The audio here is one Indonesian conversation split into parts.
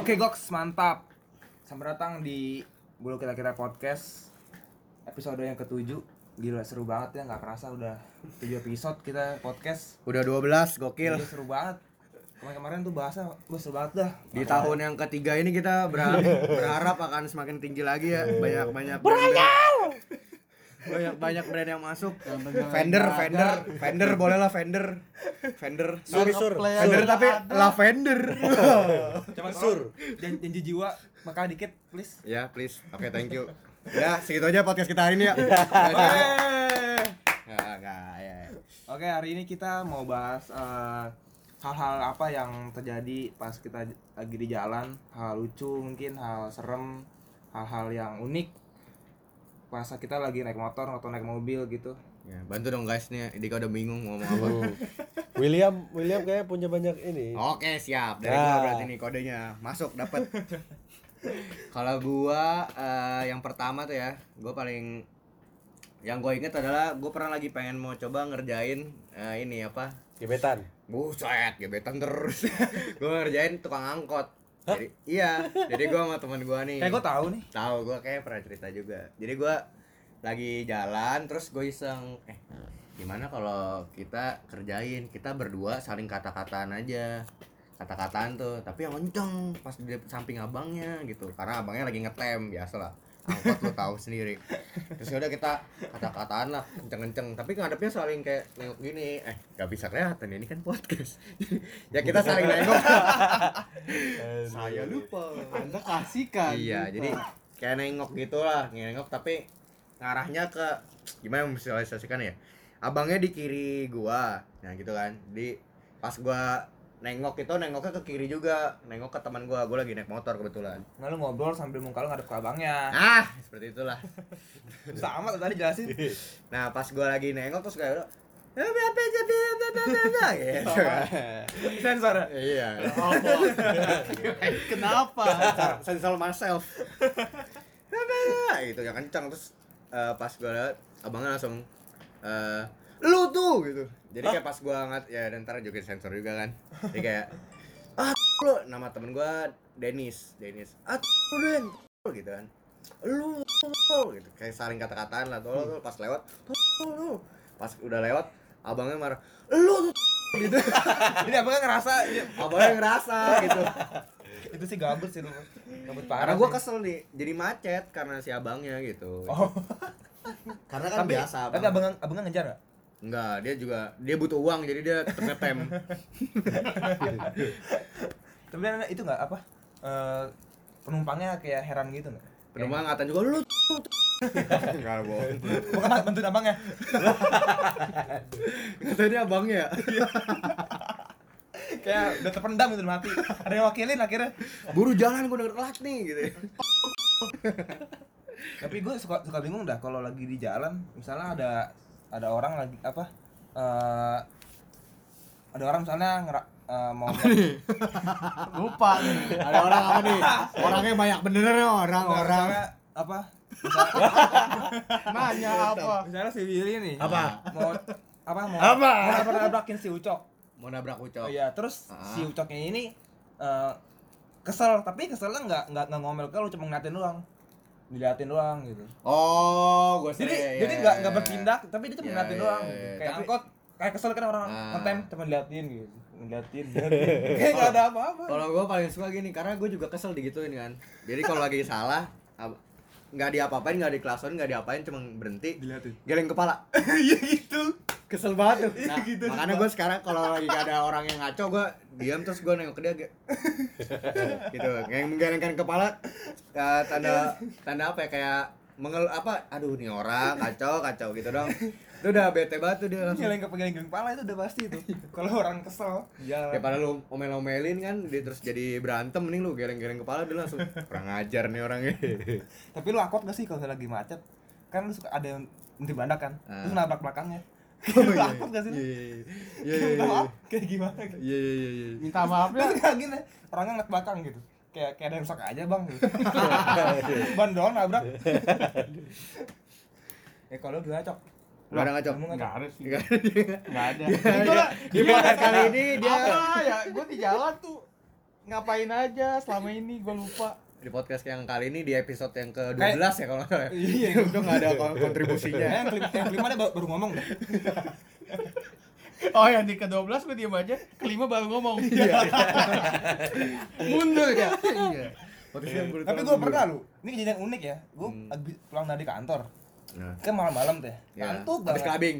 Oke, Goks, mantap. Selamat datang di Bulu Kita Kita Podcast episode yang ketujuh. Gila seru banget ya, nggak kerasa udah 7 episode kita podcast. Udah 12, gokil. Gila seru banget. Kemarin-kemarin tuh bahasa wah seru banget dah. Di tahun yang ketiga ini kita berharap, berharap akan semakin tinggi lagi ya. Banyak-banyak Berayal! Banyak-banyak brand yang masuk. Vendor, vendor, vendor boleh lah vendor. Vendor. Sur, sur. Vendor tapi lavender. Cuma sur. Janji, janji jiwa, maka dikit, please. ya, please. Oke, thank you. Ya, segitu aja podcast kita hari ini ya. Yeay. Ya, enggak, ya. Oke, hari ini kita mau bahas eh, hal-hal apa yang terjadi pas kita j- lagi di jalan, hal lucu mungkin, hal serem, hal-hal yang unik. Pas kita lagi naik motor atau naik mobil gitu. Ya, bantu dong guys nih, Dika udah bingung mau ngomong apa. William William kayaknya punya banyak ini. Oke siap dari gua Nah. berarti nih kodenya masuk dapat. Kalau gua eh, yang pertama tuh ya, gua paling yang gua inget adalah gua pernah lagi pengen mau coba ngerjain eh, ini apa? Gebetan. Buset, gebetan terus. gua ngerjain tukang angkot. Jadi iya, jadi gua sama teman gua nih. Kayak gue tahu nih. Tahu gua kayak pernah cerita juga. Jadi gua lagi jalan terus gue iseng eh gimana kalau kita kerjain kita berdua saling kata-kataan aja kata-kataan tuh tapi yang kenceng pas di samping abangnya gitu karena abangnya lagi ngetem biasalah angkot lo tahu sendiri terus udah kita kata-kataan lah kenceng-kenceng tapi ngadepnya saling kayak nengok gini eh gak bisa kelihatan ini kan podcast ya kita saling nengok saya lupa Anda kasihkan. Iya, gitu. jadi kayak nengok gitu lah, nengok tapi ngarahnya ke gimana visualisasikan ya? Abangnya di kiri gua. Nah, gitu kan. Di pas gua nengok itu nengoknya ke kiri juga, nengok ke teman gua. Gua lagi naik motor kebetulan. Nah, lu ngobrol sambil muka lu ngadep ke abangnya. Ah, seperti itulah. Sama tuh tadi jelasin. Nah, pas gua lagi nengok terus kayak udah "Eh, apa jadi gitu kan. Sensor. Iya. Kenapa? Sensor myself. Nah, gitu ya kencang terus eh, pas gua liat abangnya langsung eh, lu tuh gitu. Jadi kayak pas gua ngat ya dan ntar joget sensor juga kan. Jadi kayak ah lu nama temen gua Dennis, Dennis. Ah lu Den lu," gitu kan. Lu lu," gitu kayak saling kata-kataan lah tuh lu, pas lewat "Tuh, lu pas udah lewat abangnya marah lu tuh gitu Jadi abangnya ngerasa dia- abangnya ngerasa gitu itu sih gabut sih lu. Gabut parah. karena gue sih. kesel nih jadi macet karena si abangnya gitu Oh, karena kan tapi biasa abang. Oh, Tapi abangnya abangnya ngejar gak? enggak dia juga dia butuh uang jadi dia tetep ngetem Tapi Nana, itu nggak apa? eh, penumpangnya kayak heran gitu nggak? penumpang ngatain juga lu tuh, tuh." enggak bohong Bukan bantuin ya. abangnya. katanya abangnya ya kayak udah terpendam gitu dalam hati ada yang wakilin akhirnya buru jalan gue denger telat nih gitu tapi gue suka suka bingung dah kalau lagi di jalan misalnya ada ada orang lagi apa eh ada orang misalnya ngera, eh, mau Lupa nih. ada orang apa nih orangnya banyak bener ya orang misalnya apa Nanya apa? misalnya si Willy nih Apa? mau apa mau Apa? mau nabrak nabrakin si Ucok mau nabrak oh ucok iya terus Ah. si Ucoknya ini eh, kesel tapi keselnya nggak nggak nggak ngomel ke lu cuma ngeliatin doang diliatin doang gitu oh gue jadi jadi nggak nggak bertindak tapi dia cuma Iya, ngeliatin iya, doang iya, gitu. iya. kayak Tapi- angkot kayak kesel kan orang Ah. ngetem cuma ngeliatin gitu ngeliatin ngeliatin kayak nggak ada apa-apa Kalau gue paling suka gini, karena gue juga kesel digituin kan. Jadi kalau lagi salah, ab- nggak diapa-apain, nggak diklason, nggak diapain, cuma berhenti, diliatin geleng kepala. Iya gitu. Kesel banget tuh. Nah, Gitu. makanya gue sekarang kalau lagi nggak ada orang yang ngaco, gue diam terus gue nengok ke dia kayak- gitu. Yang menggelengkan kepala eh, tanda tanda apa ya kayak mengel apa aduh nih orang kacau kacau gitu dong itu udah bete banget tuh dia langsung geleng ke geleng kepala itu udah pasti itu Iya. kalau orang kesel Ya, jalan daripada lu omel-omelin kan dia terus jadi berantem mending lu geleng-geleng kepala dia langsung kurang ajar nih orangnya tapi lu akut gak sih kalau lagi macet kan lu suka ada yang nanti bandak kan Ah. terus nabrak belakangnya Oh, lu iya, akut gak sih lu? iya Kayak minta iya iya maaf, kayak gimana gitu iya iya iya iya Minta maafnya. terus kayak gini orangnya ngeliat belakang gitu kayak kayak ada yang rusak aja bang gitu. ban doang nabrak eh kalau lu gimana cok Lu ada nggak, Cok? Kamu Enggak ada sih. Nggak ada Iya, dia. Enggak ada. Ah, Dia- dia- dia podcast kali ini dia Apa ya? Gue di jalan tuh ngapain aja selama ini gue lupa di podcast yang kali ini di episode yang ke-12 ya kalau nggak salah. Iya, udah nggak ada kon- kontribusinya. Kayaknya yang, kelima, yang kelima dia baru, baru ngomong deh. oh yang di ke-12 gue diem aja kelima baru ngomong Mundur ya. Iya. Podcast yang Tapi gue pernah lu, ini kejadian unik ya. Gue Hmm. abis pulang dari kantor, Nah, kan malam-malam teh, ya. ngantuk banget. Habis kelabing.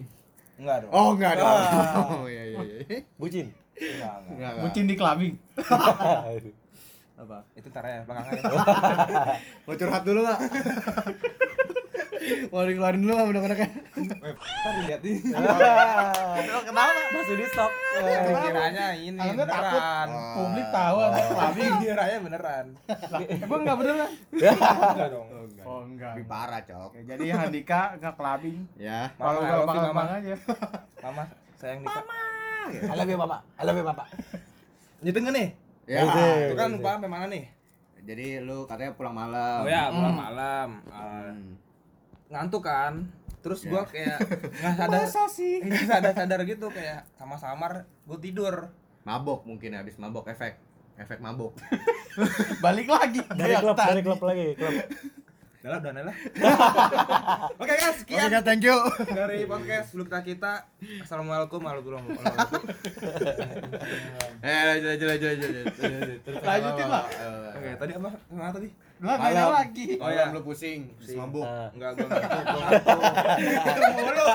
Enggak dong. Oh, nggak dong. Ah. Oh, iya iya iya. Bucin. Enggak, enggak. Nggak, nggak. bucin di clubbing Apa? Itu ntar ya, belakangan ya. Mau curhat dulu lah. Mau dikeluarin dulu lah udah-udahnya. Weh, Ntar lihat nih. kenapa Masih di stop. Kiranya ini Kalau nggak takut. beneran. publik tahu apa Oh, clubbing Kiranya iya, beneran. emang nggak bener lah Enggak dong. oh enggak Lebih parah, Cok. Oke, jadi Handika nggak clubbing Ya. kalau Mama, I nggak love you, Mama. makan aja Mama, sayang Dika. I love you, Bapak. I love you, Bapak. Nyeting nggak nih? Ya. Oke. Itu kan lupa sampai mana nih? Jadi lu katanya pulang malam. Oh ya, pulang malam. Eh, Hmm. ngantuk kan terus gua kayak nggak sadar Iya, sih nggak sadar sadar gitu kayak sama samar gua tidur Mabok mungkin habis mabok efek. Efek mabok. balik lagi Dari Kayak klub, tadi. dari klub lagi, klub. udah lah udah lah oke guys sekian Oke, thank you. dari podcast belum kita kita assalamualaikum warahmatullahi wabarakatuh Eh, lanjut lanjut lanjut lanjut. lanjut. Terus Lanjutin apa, lah. apa, apa, apa. oke tadi apa mana tadi Lah, nanya Malam. lagi Oh Malam ya, lu pusing, Pusing. eh. pusing. mabuk. Ah. nggak gua ngantuk gua ngantuk Itu mulu.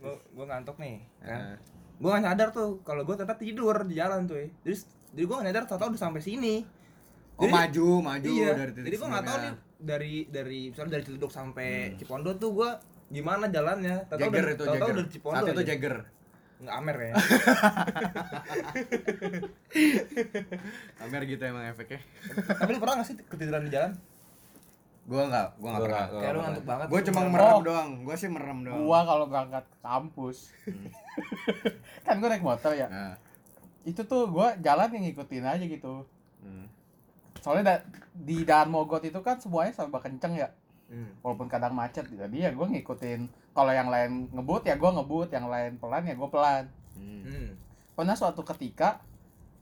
gua gua ngantuk nih kan Ah. gua nggak sadar tuh kalau gua ternyata tidur di jalan tuh jadi jadi gua nggak sadar tau-tau udah sampai sini Oh, Jadi- maju, maju iya. dari titik Jadi gua nggak tahu nih sebelumnya. dari dari misalnya dari Ciledug sampai Cipondo tuh gua gimana jalannya? Tahu-tahu Hmm. Jagger dari- itu tahu-tahu Jagger. dari Cipondo. Saat itu aja. Jagger. Nggak amer ya. Amer gitu emang efeknya. Tapi lu pernah nggak sih ketiduran di jalan? Gua enggak, gua enggak Gua pernah. nggak, gua Kayak lu ngantuk banget. Gua terus cuma lu jalan. merem Oh. doang. Gua sih merem doang. gua kalau berangkat ke kampus kan gua naik motor ya Nah. itu tuh gua jalan yang ngikutin aja gitu Hmm. soalnya da- di daerah Mogot itu kan semuanya serba kenceng ya Hmm. walaupun kadang macet jadi ya gue ngikutin kalau yang lain ngebut ya gue ngebut yang lain pelan ya gue pelan Hmm. Hmm. pernah suatu ketika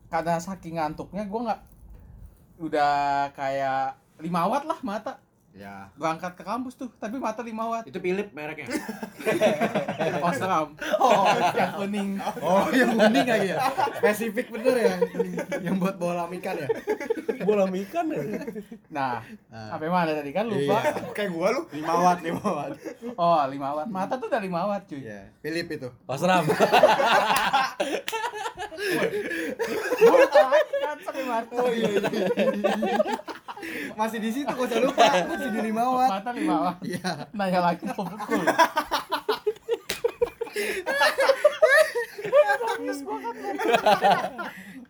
karena saking ngantuknya gue nggak udah kayak lima watt lah mata Ya. berangkat ke kampus tuh tapi mata lima watt Itu Philip mereknya. Osram oh yang kuning oh, yang kuning lagi ya. Spesifik bener ya. yang buat bola ikan ya. Bola ikan ya. nah Ah. sampai mana tadi kan lupa Kayak gua lu. 5 watt, 5 watt. oh lima watt mata tuh udah lima watt cuy Iya, Philip itu. Pasram. gue kan sampai mata Oh, iya, Masih di situ kok jangan lupa, masih di 5 watt. mata lima watt Iya. nanya lagi kok pukul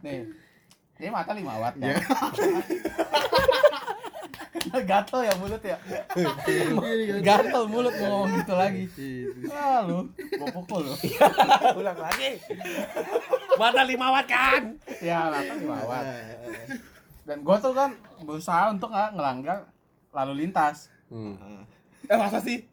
nih ini mata lima watt kan Iya. gatel ya mulut ya Iya. gatel mulut mau ngomong gitu lagi Gitu. ah lu gua pukul lu Ulang lagi. Mata lima watt kan. ya mata lima watt dan gua tuh kan berusaha untuk nggak ngelanggar lalu lintas Hmm. Eh masa sih?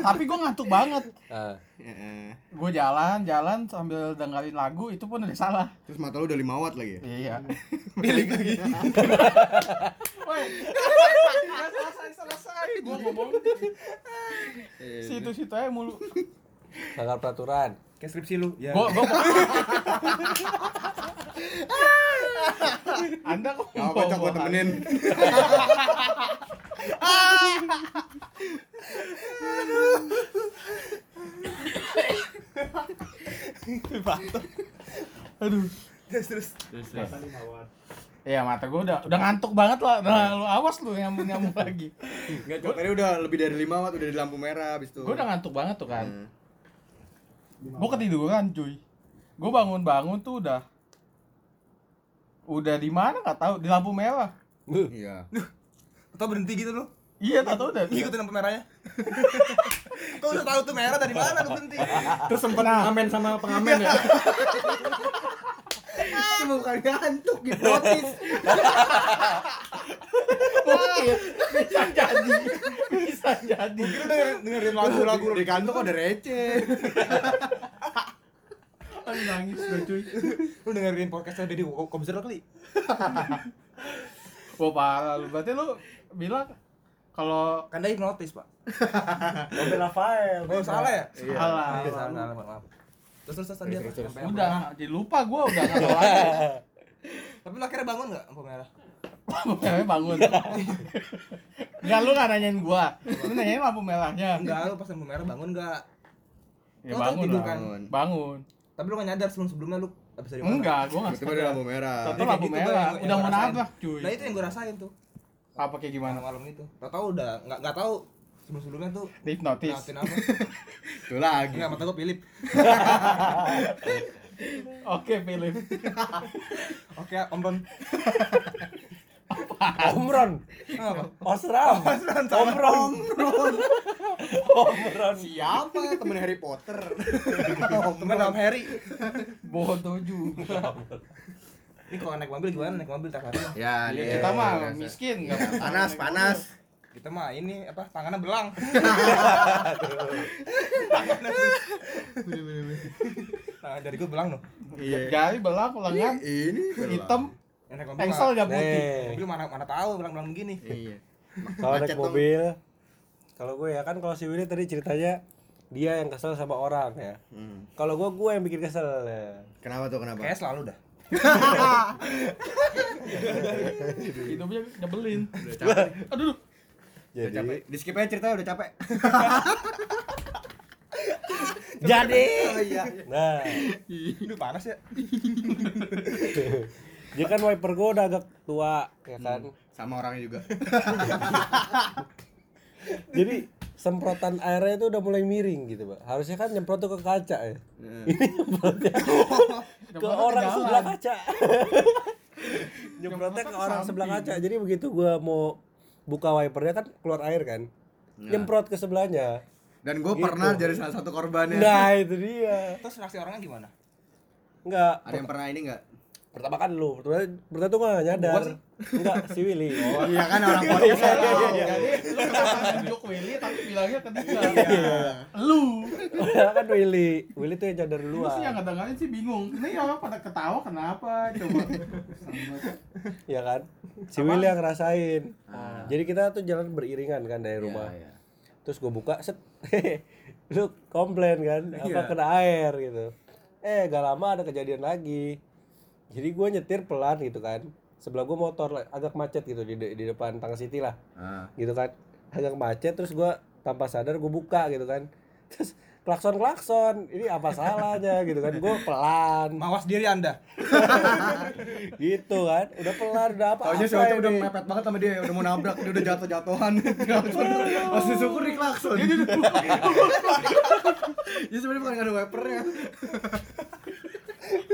tapi gua ngantuk banget Ah. Heeh. gua jalan jalan sambil dengerin lagu itu pun udah salah Terus mata lu udah 5 watt lagi ya? iya Pilih lagi. selesai selesai gua ngomong situ situ aja mulu Langgar peraturan. Kayak skripsi lu. Ya. gua gua anda kok Gak apa-apa, Cok, gua temenin. aduh Terus terus. Iya mata gua udah udah ngantuk banget lah. Iya. Nah, lu awas lu nyamuk nyamuk lagi. Enggak, Cok, tadi udah lebih dari 5 watt, udah di lampu merah abis itu. Gua udah ngantuk banget tuh kan. Hmm. Gua ketiduran cuy. Gua bangun-bangun tuh udah udah di mana nggak tahu di lampu merah. Iya. Atau berhenti gitu lu. Iya tahu udah. Ngikutin lampu merahnya. Kau udah tahu tuh merah dari mana lu berhenti? Terus sempet Nah. ngamen sama pengamen ya? Cuma bukan ngantuk, gitu, hipnotis Mungkin bisa jadi. Bisa jadi. Mungkin lu dengerin dengerin lagu-lagu lu. Di kantor kok udah receh Aduh, nangis gue cuy. lu dengerin podcastnya Deddy Ko- Kobuzer kali Wah parah lu. Berarti lu bilang kalau kan dia hipnotis pak Mobil Rafael. oh salah ya Iya. salah. Iya, salah salah maaf maaf. terus terus tadi apa? Terus, terus, Sampai apa? Udah, jadi lupa gua udah enggak tahu lagi. tapi lu akhirnya bangun nggak lampu merah Cewek bangun. Enggak lu enggak nanyain gua. Lu nanyain lampu merahnya. enggak lu pas lampu merah bangun nggak Ya Lu kan bangun tidur lah. kan? Bangun. bangun. tapi lu nggak nyadar sebelum sebelumnya lu abis dari mana Enggak, gua enggak. Tiba-tiba ada lampu merah. Tentu Kayak lampu gitu merah. gua yang- Udah yang mau ngerasain. nabrak cuy. nah itu yang Nah, gue rasain tuh Apa kayak gimana? malam itu tau tau udah nggak nggak tahu sebelum sebelumnya tuh Dihipnotis. ngeliatin apa Itu Gitu lagi. enggak mata gue Philip Oke, Philip. oke ah, om Ron Omron, apa Osram, Omron, Omron. Siapa ya temen Harry Potter? temen om Harry Bodoh juga. ini kalau naik mobil gimana naik mobil tak hari ya, Iya, dia- kita mah biasa. miskin Iya. enggak Iya, Panas, panas. kita mah ini apa tangannya belang tangan dari gue Nah, belang loh Iya. Iya. Jadi belang pulangnya Ini hitam, yang naik mobil pensil mah- udah putih. Nih, mobil mana mana tahu belang-belang begini Iya. kalau Macet naik dong. mobil, kalau gue ya kan kalau si Willy tadi ceritanya dia yang kesel sama orang ya. Hmm. Kalau gue gue yang bikin kesel. ya. Kenapa tuh kenapa? kayak selalu dah Hidupnya nyebelin. Iya. Udah capek. Aduh. Udah capek. Jadi, Di skip aja ceritanya udah capek. jadi, Oh iya. nah, Aduh panas ya dia kan wiper gue udah agak tua ya kan. Sama orangnya juga. Jadi semprotan airnya itu udah mulai miring gitu, Pak. Harusnya kan nyemprot tuh ke kaca ya. Ini nyemprotnya ke Nyemprotnya ke orang jalan. sebelah kaca. nyemprotnya ke orang sebelah kaca. Jadi begitu gua mau buka wipernya kan keluar air kan. Nyemprot ke sebelahnya. Dan gue Gitu. pernah jadi salah satu korbannya. Nah, itu dia. terus reaksi orangnya gimana Enggak. Ada yang pernah ini enggak? Pertama kan lu, pertama, pertama tuh gua nggak nyadar. Enggak, si Willy. Iya kan orang podcast. iya. Jadi lu kenapa nunjuk Willy tapi bilangnya ke dia. Iya. Lu. Pertama kan Willy. Willy tuh yang nyadar Lu sih yang duluan. kadang-kadang sih bingung. Ini ya pada ketawa kenapa? Coba. Ya kan? Si Willy yang ngerasain. Jadi kita tuh jalan beriringan kan dari Iya, rumah. terus gue buka set lu komplain kan apa kena air gitu eh gak lama ada kejadian lagi jadi gue nyetir pelan gitu kan sebelah gue motor lah, agak macet gitu di, de- di depan Tang City lah Ah. gitu kan agak macet terus gue tanpa sadar gue buka gitu kan terus klakson klakson ini apa salahnya gitu kan gue pelan mawas diri anda gitu kan udah pelan udah apa Taunya si apa Ocha udah ini? mepet banget sama dia, udah mau nabrak, dia udah jatuh-jatuhan. Klakson. Masih syukur di klakson. Iya, Ya sebenarnya bukan ada wipernya.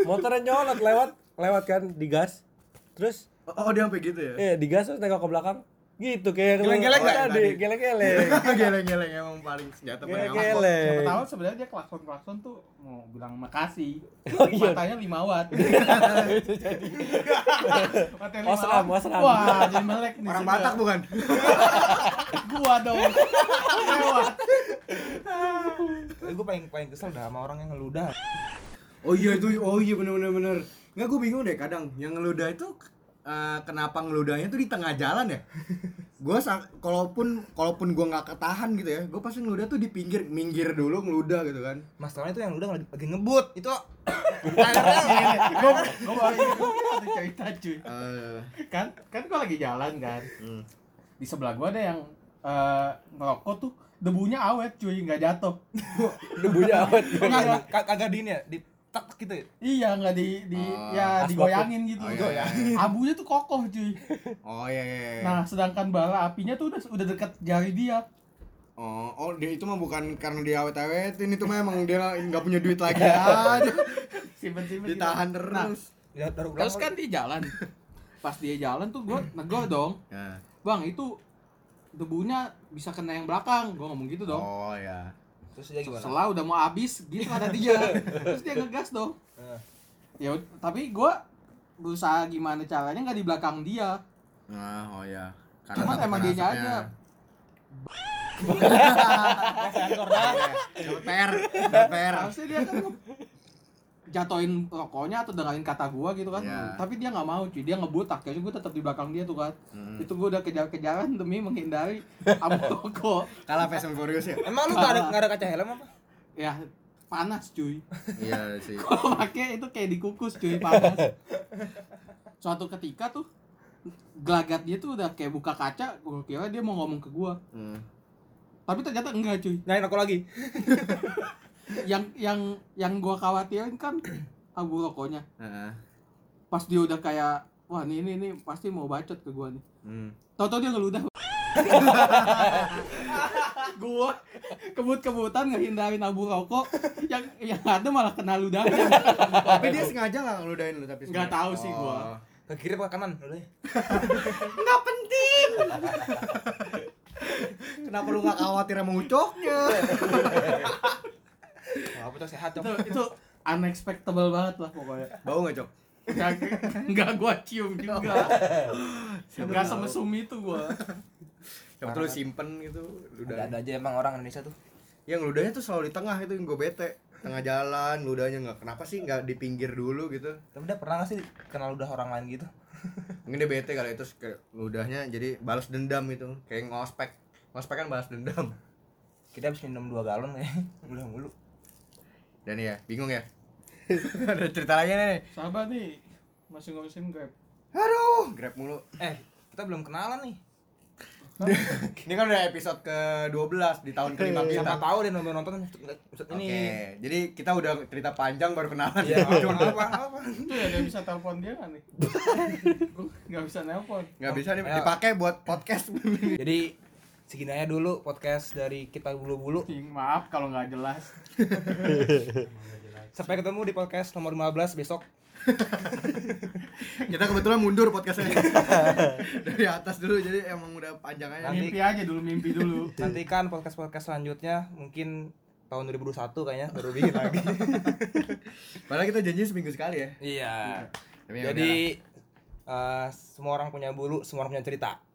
motornya nyolot lewat lewat kan digas terus Oh, oh, dia sampai gitu ya. Eh, digas terus nengok ke belakang. Gitu kayak Geleng-geleng nggak nggak tadi, tadi? geleng-geleng. Geleng-geleng emang paling senjata Iya, paling aman. Geleng-geleng. Tahu sebenarnya dia klakson-klakson tuh mau bilang makasih. Oh, iya. Matanya 5 watt. Matanya lima Wasram, watt. wasram. Wah, jadi melek nih. Orang sudah. Batak bukan? Gua dong. Lewat. gue paling paling kesel dah sama orang yang ngeludah Oh iya itu, oh iya bener-bener bener. Nggak, gue bingung deh kadang. Yang ngeludah itu eh, kenapa ngeludahnya tuh di tengah jalan ya? gue kalaupun kalaupun gue nggak ketahan gitu ya, gue pasti ngeludah tuh di pinggir, minggir dulu ngeludah gitu kan. masalahnya itu yang ngeludah lagi, lagi ngebut itu Gua gua baru ingat satu cerita cuy. Eh, kan kan gua lagi jalan kan di sebelah gua ada yang eh, ngerokok tuh debunya awet cuy nggak jatuh Debunya awet. Kag- kag- kagak di ini ya di tak tak gitu ya iya nggak di di Oh, ya asbak digoyangin gitu Oh, iya, iya. abunya tuh kokoh cuy oh iya iya. iya. nah sedangkan bala apinya tuh udah udah dekat jari dia Oh, oh dia itu mah bukan karena dia awet-awetin itu mah emang dia nggak punya duit lagi aja. simpen simpen Ditahan Nah, terus. Ya, baru ulang terus kan dia jalan pas dia jalan tuh gua negor dong Nah. bang itu debunya bisa kena yang belakang gua ngomong gitu dong Oh ya. terus dia gimana setelah udah mau habis gitu ada dia terus dia ngegas dong Eh, ya ud- tapi gua berusaha gimana caranya nggak di belakang dia Nah, oh ya. Cuman takut emang kena dianya asapnya. aja. Dapat PR, dapat PR. Er. harusnya dia kan nge- jatoin rokoknya atau dengerin kata gua gitu kan Iya. tapi dia nggak mau cuy dia ngebut akhirnya gua tetap di belakang dia tuh kan Hmm. itu gua udah kejar-kejaran demi menghindari abu rokok Kalah Fast and Furious ya? Emang lu gak ada, nggak ada kaca helm apa? ya panas cuy Iya sih. kalau pakai itu kayak dikukus cuy panas suatu ketika tuh gelagat dia tuh udah kayak buka kaca gua kira dia mau ngomong ke gua Hmm. tapi ternyata enggak cuy Nyalain aku lagi. yang yang yang gua khawatirin kan abu rokoknya Heeh. pas dia udah kayak wah ini ini, ini pasti mau bacot ke gua nih Hmm. Toto dia ngeludah gua kebut-kebutan ngehindarin abu rokok yang yang ada malah kena ludahnya Tapi dia sengaja nggak ngeludahin lu tapi Nggak sengaja? tahu sih gua. Oh. Ke kiri apa ke kanan? Dulu ya. nggak penting Kenapa lu nggak khawatir sama ucoknya? Wah, apa tuh sehat, Cok. itu, itu unexpectable banget lah pokoknya Bau nggak cok? Nggak- nggak gua cium juga nggak semesum itu gua Yang tuh lu simpen gitu ludah. Ada-ada aja emang orang Indonesia tuh. Yang ludahnya tuh selalu di tengah itu yang gue bete. Tengah jalan ludahnya nggak kenapa sih nggak di pinggir dulu gitu? Tapi udah pernah gak sih kenal udah orang lain gitu? Mungkin dia bete kali itu kayak ludahnya jadi balas dendam itu kayak ngospek. Ngospek kan balas dendam. Kita habis minum 2 galon ya. Udah mulu. Dan ya, bingung ya. Ada cerita lagi nih. sahabat nih masih ngurusin grab Aduh, grab mulu. Eh, kita belum kenalan nih. Ini kan udah episode ke-12 di tahun kelima kita. Siapa tahu deh nomor nonton episode Iya, Iya, Oke, ini. jadi kita udah cerita panjang baru kenalan. Iya, Cuma apa apa. itu ya dia bisa telepon dia kan nih gua nggak bisa nelpon nggak bisa nih Ayo. dipakai buat podcast. Jadi segini aja dulu podcast dari kita bulu-bulu. Ih, maaf kalau nggak jelas Sampai ketemu di podcast nomor 15 besok. kita kebetulan mundur podcastnya dari atas dulu, jadi emang udah panjang aja. Nanti- mimpi aja dulu mimpi dulu Nantikan podcast-podcast selanjutnya mungkin tahun 2021 kayaknya baru bikin lagi. Padahal kita janji seminggu sekali ya. Iya. Tapi ya Jadi eh, semua orang punya bulu, semua orang punya cerita.